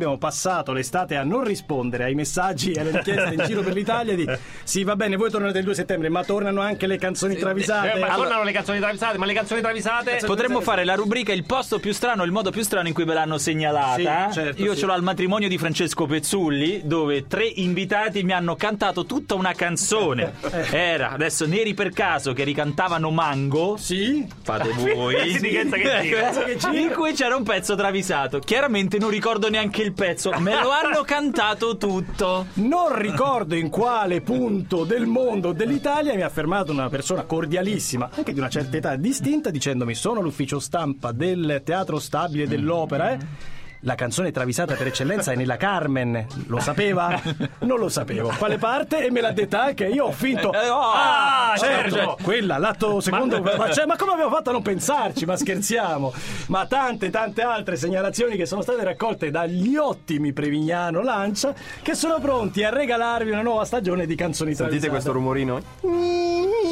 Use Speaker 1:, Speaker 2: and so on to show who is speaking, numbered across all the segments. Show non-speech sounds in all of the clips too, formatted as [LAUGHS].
Speaker 1: Abbiamo passato l'estate a non rispondere ai messaggi e alle richieste in giro per l'Italia di sì va bene voi tornate il 2 settembre ma tornano anche le canzoni travisate
Speaker 2: Eh, ma tornano le canzoni travisate, ma le canzoni travisate.
Speaker 3: Potremmo fare la rubrica Il posto più strano, il modo più strano in cui ve l'hanno segnalata.
Speaker 1: Sì, certo,
Speaker 3: Io
Speaker 1: sì.
Speaker 3: ce l'ho al matrimonio di Francesco Pezzulli, dove tre invitati mi hanno cantato tutta una canzone. Era adesso Neri per caso che ricantavano Mango.
Speaker 1: sì
Speaker 3: Fate voi. Ecco,
Speaker 2: Sì, di
Speaker 3: [LAUGHS]
Speaker 2: che- che
Speaker 1: gira. Che gira.
Speaker 3: in cui c'era un pezzo travisato. Chiaramente non ricordo neanche il pezzo, me lo hanno cantato tutto.
Speaker 1: non ricordo in quale punto del mondo o dell'Italia mi ha fermato una persona cordialissima anche di una certa età distinta dicendomi sono l'ufficio stampa del teatro stabile dell'opera eh la canzone travisata per eccellenza è nella Carmen. Lo sapeva? Non lo sapevo. Quale parte? E me l'ha detta anche. Io ho finto.
Speaker 3: Eh, oh,
Speaker 1: ah,
Speaker 2: certo.
Speaker 1: certo. Quella, l'atto
Speaker 2: [LAUGHS]
Speaker 1: secondo. Ma, cioè, ma come abbiamo fatto a non pensarci? Ma scherziamo. Ma tante, tante altre segnalazioni che sono state raccolte dagli ottimi Prevignano Lancia che sono pronti a regalarvi una nuova stagione di canzoni
Speaker 4: Sentite
Speaker 1: Esatto.
Speaker 4: questo rumorino?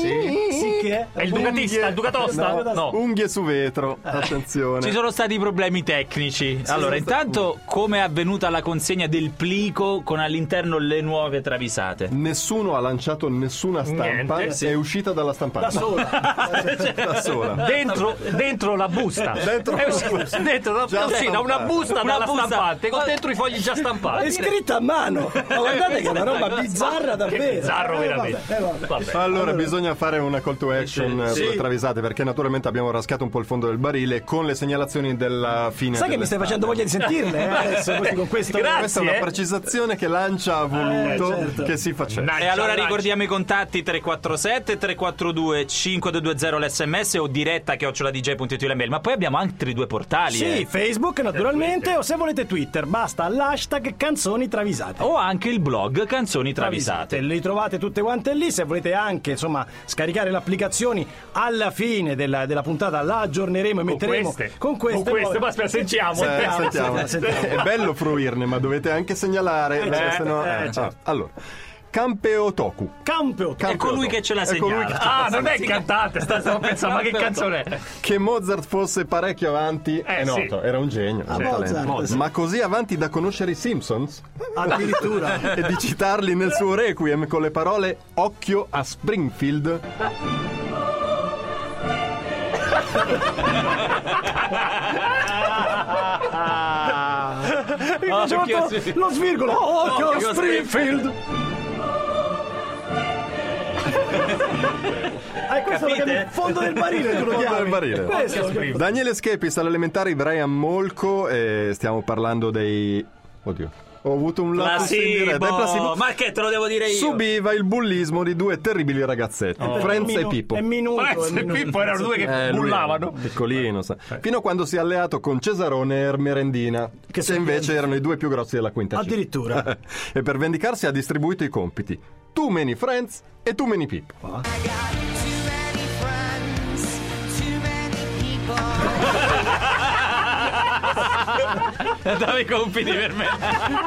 Speaker 1: Sì. Sì, che è.
Speaker 2: È il Ducatista, il Ducatosta? No.
Speaker 1: No.
Speaker 4: Unghie su vetro,
Speaker 1: Eh.
Speaker 3: Ci
Speaker 4: attenzione.
Speaker 3: sono stati problemi tecnici. allora, intanto, come è avvenuta la consegna del plico con all'interno le nuove travisate?
Speaker 4: Nessuno ha lanciato nessuna stampa,
Speaker 2: Niente, sì.
Speaker 4: è uscita dalla stampante.
Speaker 1: Da sola.
Speaker 4: [LAUGHS] da sola.
Speaker 2: Dentro, dentro la busta.
Speaker 4: Eh,
Speaker 2: Eh,
Speaker 4: Dentro
Speaker 2: È
Speaker 4: la
Speaker 2: uscito-
Speaker 4: busta.
Speaker 2: dentro la-
Speaker 4: Già
Speaker 2: no, sì, da una
Speaker 4: stampata.
Speaker 2: busta
Speaker 3: Una
Speaker 2: dalla
Speaker 3: busta.
Speaker 2: stampante con dentro i fogli già
Speaker 1: È
Speaker 2: stampati.
Speaker 1: scritta a mano. Ma
Speaker 2: [LAUGHS]
Speaker 1: guardate che è una roba bizzarra davvero.
Speaker 2: Che bizzarro,
Speaker 1: Eh, vabbè,
Speaker 2: veramente.
Speaker 1: eh, vabbè.
Speaker 2: Vabbè.
Speaker 4: Allora, bisogna fare una call to action eh,
Speaker 1: Sì.
Speaker 4: sulle travisate perché naturalmente abbiamo rascato un po' il fondo del barile con le segnalazioni della fine.
Speaker 1: Sai che mi stai
Speaker 4: dell'estate.
Speaker 1: facendo voglia di sentirle eh, adesso questi con questo
Speaker 2: Grazie.
Speaker 4: Questa è una
Speaker 2: eh?
Speaker 4: precisazione che Lancia ha voluto
Speaker 1: Eh, certo.
Speaker 4: che si facesse.
Speaker 2: Dai,
Speaker 3: E allora
Speaker 2: ciao,
Speaker 3: ricordiamo i contatti 347 342 5220 l'SMS o diretta chioccioladj.it la mail. Ma poi abbiamo altri due portali.
Speaker 1: Sì,
Speaker 3: eh.
Speaker 1: Facebook naturalmente o se volete Twitter, basta all'hashtag canzoni travisate.
Speaker 3: O anche il blog Canzoni Travisate.
Speaker 1: Li trovate tutte quante lì, se volete anche insomma scaricare le applicazioni alla fine della, della puntata la aggiorneremo e metteremo
Speaker 2: queste.
Speaker 1: con queste.
Speaker 2: Con queste,
Speaker 1: nuove-
Speaker 2: ma aspetta, sentiamo.
Speaker 4: Eh,
Speaker 1: Sentiamo,
Speaker 4: sentiamo.
Speaker 1: sentiamo, sentiamo.
Speaker 4: È bello fruirne, ma dovete anche segnalare. perché
Speaker 1: certo,
Speaker 4: sennò-
Speaker 1: eh,
Speaker 4: ah,
Speaker 1: certo.
Speaker 4: Allora, Campeotoku.
Speaker 1: Campo.
Speaker 3: È colui che ce la
Speaker 4: È colui
Speaker 3: segnala.
Speaker 4: che-
Speaker 2: Ah, non è cantante, sta- stavo pensando, ma che canzone è?
Speaker 4: Che Mozart fosse parecchio avanti
Speaker 2: Eh,
Speaker 4: è
Speaker 2: sì.
Speaker 4: noto, era un genio. un talento.
Speaker 1: Ah, Mozart, Mozart.
Speaker 4: Ma così avanti da conoscere i Simpsons?
Speaker 1: [LAUGHS] addirittura.
Speaker 4: e di citarli nel suo requiem con le parole Occhio a Springfield.
Speaker 1: Mi piace
Speaker 3: Occhio,
Speaker 1: molto
Speaker 3: sì.
Speaker 1: lo svirgolo. Oh, Occhio,
Speaker 3: Occhio,
Speaker 1: Springfield. Eh, questo perché
Speaker 3: Capite?
Speaker 1: il fondo del barile tu lo
Speaker 4: Fondo
Speaker 1: chiami.
Speaker 4: del barile.
Speaker 1: Questo, capito?
Speaker 4: Daniele Schepis all'elementare Brian Molco e stiamo parlando dei... Oddio. Ho avuto un lapsus in diretta. Dai,
Speaker 3: Placebo.
Speaker 4: placebo.
Speaker 3: Ma che te lo devo dire io? [LAUGHS] Oh.
Speaker 4: Subiva il bullismo di due terribili ragazzetti, Franz
Speaker 1: È
Speaker 4: e
Speaker 1: minu-
Speaker 4: Pippo.
Speaker 1: È minuto. è
Speaker 2: Prezzo e
Speaker 1: minuto.
Speaker 2: Pippo erano due che
Speaker 4: Eh, lui
Speaker 2: bullavano.
Speaker 4: era Piccolino, sa. Fino a quando si è alleato con Cesarone e Ermerendina, che,
Speaker 1: sono
Speaker 4: invece erano i due più grossi della quinta. C.
Speaker 1: Addirittura.
Speaker 4: [LAUGHS] e per vendicarsi ha distribuito i compiti. Tu meni Friends e tu meni Pippo.
Speaker 5: Too many friends, too many people.
Speaker 3: Davi i compiti per
Speaker 1: [LAUGHS]
Speaker 3: me.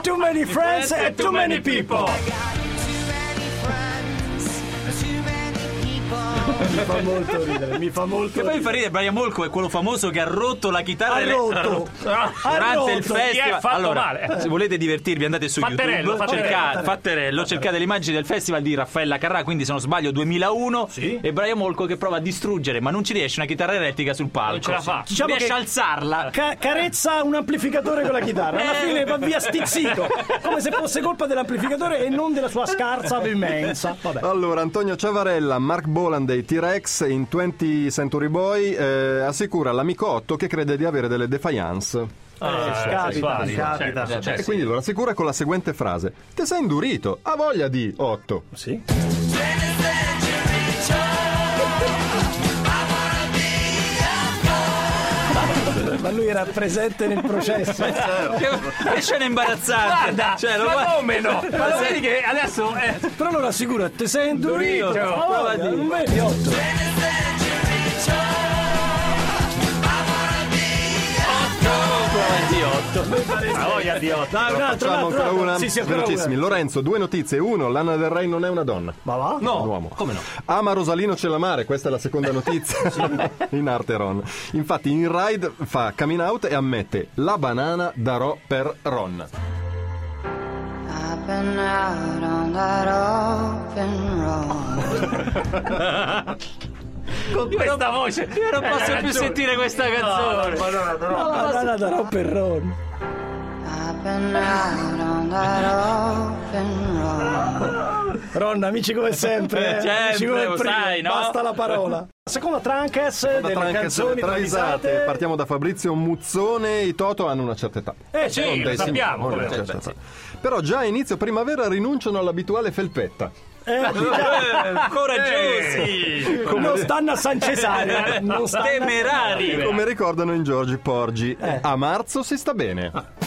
Speaker 1: Too many friends and too many people.
Speaker 5: Too many friends, too many people.
Speaker 1: Mi fa molto ridere, mi fa molto
Speaker 3: Che poi mi
Speaker 1: ridere.
Speaker 3: fa ridere Brian Molko è quello famoso che ha rotto la chitarra
Speaker 1: Ha
Speaker 3: ele-
Speaker 1: rotto.
Speaker 2: Ah.
Speaker 3: Eh,
Speaker 1: Ha
Speaker 3: durante il
Speaker 1: rotto.
Speaker 2: Chi è
Speaker 3: festival.
Speaker 2: fatto
Speaker 3: Allora,
Speaker 2: male?
Speaker 3: se volete divertirvi andate su
Speaker 2: Fatterello,
Speaker 3: YouTube,
Speaker 2: Fatterello,
Speaker 3: cercate,
Speaker 2: Fatterello.
Speaker 3: Fatterello, cercate le immagini del festival di Raffaella Carrà, quindi se non sbaglio 2001
Speaker 1: Sì.
Speaker 3: e Brian Molko che prova a distruggere, ma non ci riesce una chitarra elettrica sul palco.
Speaker 2: Non ce la fa.
Speaker 1: Diciamo
Speaker 3: riesce
Speaker 1: che-
Speaker 3: a alzarla.
Speaker 1: Ca- carezza un amplificatore con la chitarra, alla fine va via stizzito, come se fosse colpa dell'amplificatore e non della sua scarsa veemenza. Vabbè.
Speaker 4: Allora, Antonio Ciavarella, Mark Boland dei T-Rex in 20 Century Boy eh, assicura l'amicotto che crede di avere delle defiance.
Speaker 1: Eh, capita,
Speaker 2: sessuali,
Speaker 1: capita.
Speaker 2: cioè, certo, certo.
Speaker 4: e quindi lo rassicura con la seguente frase: Te sei indurito, ha voglia di 8.
Speaker 1: Sì. Ma lui era presente nel processo.
Speaker 3: [LAUGHS] Che, che scena imbarazzante.
Speaker 2: Guarda,
Speaker 3: Cioè, lo
Speaker 2: ma
Speaker 3: guarda-
Speaker 2: come no? Ma lo vedi che adesso eh,
Speaker 1: Però lo rassicura, ti sei indurito. Oh,
Speaker 2: Indurito.
Speaker 1: Ma guarda, Non vedi otto.
Speaker 3: Avanti, otto. Ha voglia di otto.
Speaker 1: Dai, un altro, un
Speaker 4: Facciamo
Speaker 1: altro,
Speaker 4: ancora
Speaker 1: altro.
Speaker 4: una?
Speaker 1: Sì, sì, ancora
Speaker 4: Velocissimi.
Speaker 1: una.
Speaker 4: Lorenzo, due notizie. Uno, Lana del Rey non è una donna.
Speaker 1: Ma va?
Speaker 4: No, uomo. come no? Ama Rosalino Celamare, questa è la seconda notizia in Arteron. Infatti in Ride fa coming out e ammette la banana darò per Ron.
Speaker 6: I've been out on that open road.
Speaker 2: Con questa voce. Io
Speaker 3: Non posso più sentire questa canzone.
Speaker 1: Banana da Roperron.
Speaker 6: I've been out on that open road.
Speaker 1: Ron, amici come [LAUGHS] sempre. eh.
Speaker 3: Sempre,
Speaker 1: amici come
Speaker 3: lo
Speaker 1: prima.
Speaker 3: sai, no?
Speaker 1: Basta la parola. Seconda trankes delle
Speaker 4: Tranche
Speaker 1: canzoni
Speaker 4: essere travisate.
Speaker 1: travisate.
Speaker 4: Partiamo da Fabrizio Muzzone. I Toto hanno una certa età.
Speaker 1: Eh
Speaker 2: Sì,
Speaker 1: sì.
Speaker 2: lo sappiamo,
Speaker 4: Hanno una
Speaker 2: come no.
Speaker 4: certa età. Però già a inizio primavera rinunciano all'abituale felpetta.
Speaker 1: eh,
Speaker 3: Eh, Coraggiosi.
Speaker 1: non stanno a San Cesario. Non stanno a-
Speaker 3: Temerari.
Speaker 4: Come ricordano in Giorgi Porgi, a marzo si sta bene.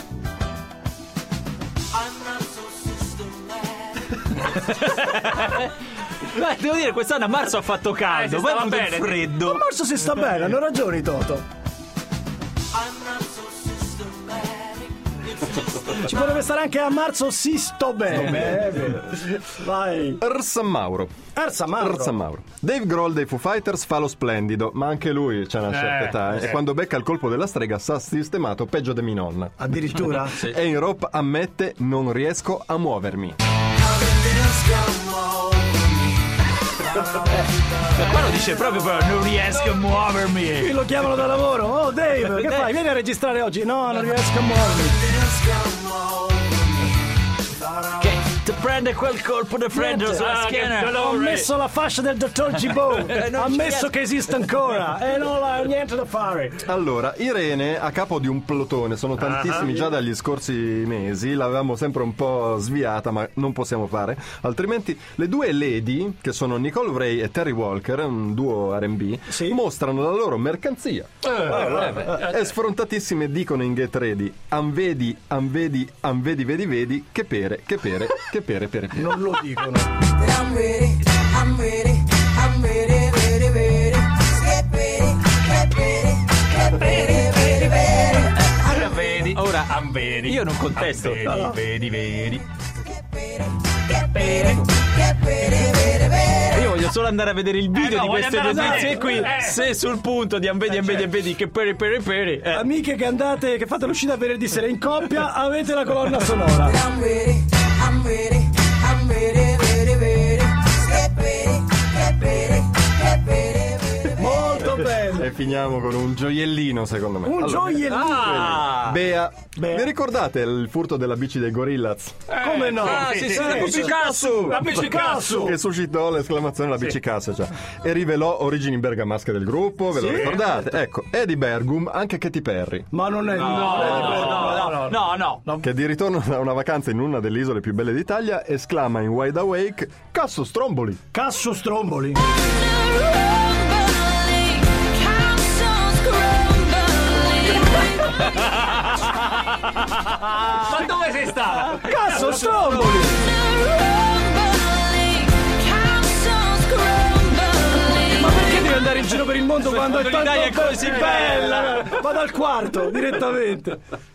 Speaker 3: Beh, devo dire, quest'anno a marzo ha fatto caldo.
Speaker 2: Eh, si
Speaker 3: Poi è
Speaker 2: stava
Speaker 3: venuto il
Speaker 2: bene.
Speaker 1: A
Speaker 3: freddo.
Speaker 1: marzo si sta bene, hanno ragione i Toto. Ci potrebbe stare anche a marzo si sto bene. eh, vero. Vai.
Speaker 4: Ersan Mauro.
Speaker 1: Ersa Mauro.
Speaker 4: Ersan Mauro. Dave Grohl dei Foo Fighters fa lo splendido, ma anche lui c'ha una certa età. eh, E quando becca il colpo della strega sa sistemato peggio di mia nonna.
Speaker 1: Addirittura?
Speaker 4: E in Rope ammette non riesco a muovermi.
Speaker 3: Qua lo dice proprio, però non riesco a muovermi.
Speaker 1: Qui lo chiamano da lavoro. Oh [LAUGHS] Dave, che fai? Vieni a registrare oggi. No, non riesco a muovermi.
Speaker 3: Che ti prende quel colpo di freddo sulla
Speaker 2: Ah, che
Speaker 3: schiena.
Speaker 2: dolore.
Speaker 1: Ho messo la fascia del dottor Gibault.
Speaker 3: non ci riesco.
Speaker 1: Ammesso che esiste ancora. Eh, E non ho niente da fare.
Speaker 4: Allora, Irene, a capo di un plotone, sono tantissimi già dagli scorsi mesi, l'avevamo sempre un po' sviata, ma non possiamo fare. Altrimenti, le due lady, che sono Nicole Wray e Terry Walker, un duo RB,
Speaker 1: Sì.
Speaker 4: mostrano la loro mercanzia. e Eh, sfrontatissime dicono in Get Ready: Anvedi, anvedi, anvedi, vedi, vedi, che pere, che pere, che pere, pere. pere.
Speaker 1: [LAUGHS] Non lo dicono.
Speaker 7: I'm ready, I'm ready, I'm ready, ready, ready. Get ready, get ready, get ready, ready, ready.
Speaker 2: Vedi,
Speaker 3: Ora,
Speaker 2: vedi.
Speaker 3: io non contesto.
Speaker 2: Vedi, Ah, vedi, vedi.
Speaker 7: Get ready, get ready, get ready, ready, ready.
Speaker 3: Io voglio solo andare a vedere il video
Speaker 2: Eh no,
Speaker 3: di
Speaker 2: voglio
Speaker 3: queste
Speaker 2: andare a
Speaker 3: notizie
Speaker 2: vedere.
Speaker 3: qui.
Speaker 2: Eh. certo.
Speaker 3: Se sul punto di ambedi, ambedi, ambedi, che peri, peri, peri. eh.
Speaker 1: Amiche che andate, che fate l'uscita venerdì sera in coppia, avete la colonna sonora.
Speaker 7: I'm ready, I'm ready, I'm ready, ready, ready. Get ready, get ready, get ready, ready.
Speaker 1: Molto bene.
Speaker 4: E finiamo con un gioiellino, secondo me.
Speaker 1: Un
Speaker 4: Allora,
Speaker 1: gioiellino.
Speaker 3: Ah,
Speaker 4: Bea,
Speaker 1: Bea.
Speaker 4: vi ricordate il furto della bici dei Gorillaz?
Speaker 1: Come no?
Speaker 3: ah, sì, sì,
Speaker 1: Eh,
Speaker 3: la Picasso.
Speaker 1: La Picasso.
Speaker 4: che suscitò l'esclamazione la bici cassa, cioè, e rivelò origini bergamasche del gruppo, ve lo
Speaker 1: Sì.
Speaker 4: ricordate? Ecco, Eddie Bergum, anche Katy Perry,
Speaker 1: Ma non è no,
Speaker 3: No, no, no, no.
Speaker 4: che di ritorno da una vacanza in una delle isole più belle d'Italia esclama in Wide Awake, Casso Stromboli!
Speaker 1: Casso Stromboli.
Speaker 2: Ma dove sei stata?
Speaker 1: Casso Stromboli. Ma perché devi andare in giro per il mondo quando è
Speaker 3: Quando
Speaker 1: tanto eh,
Speaker 3: l'Italia è così
Speaker 1: bella? Vado al quarto direttamente.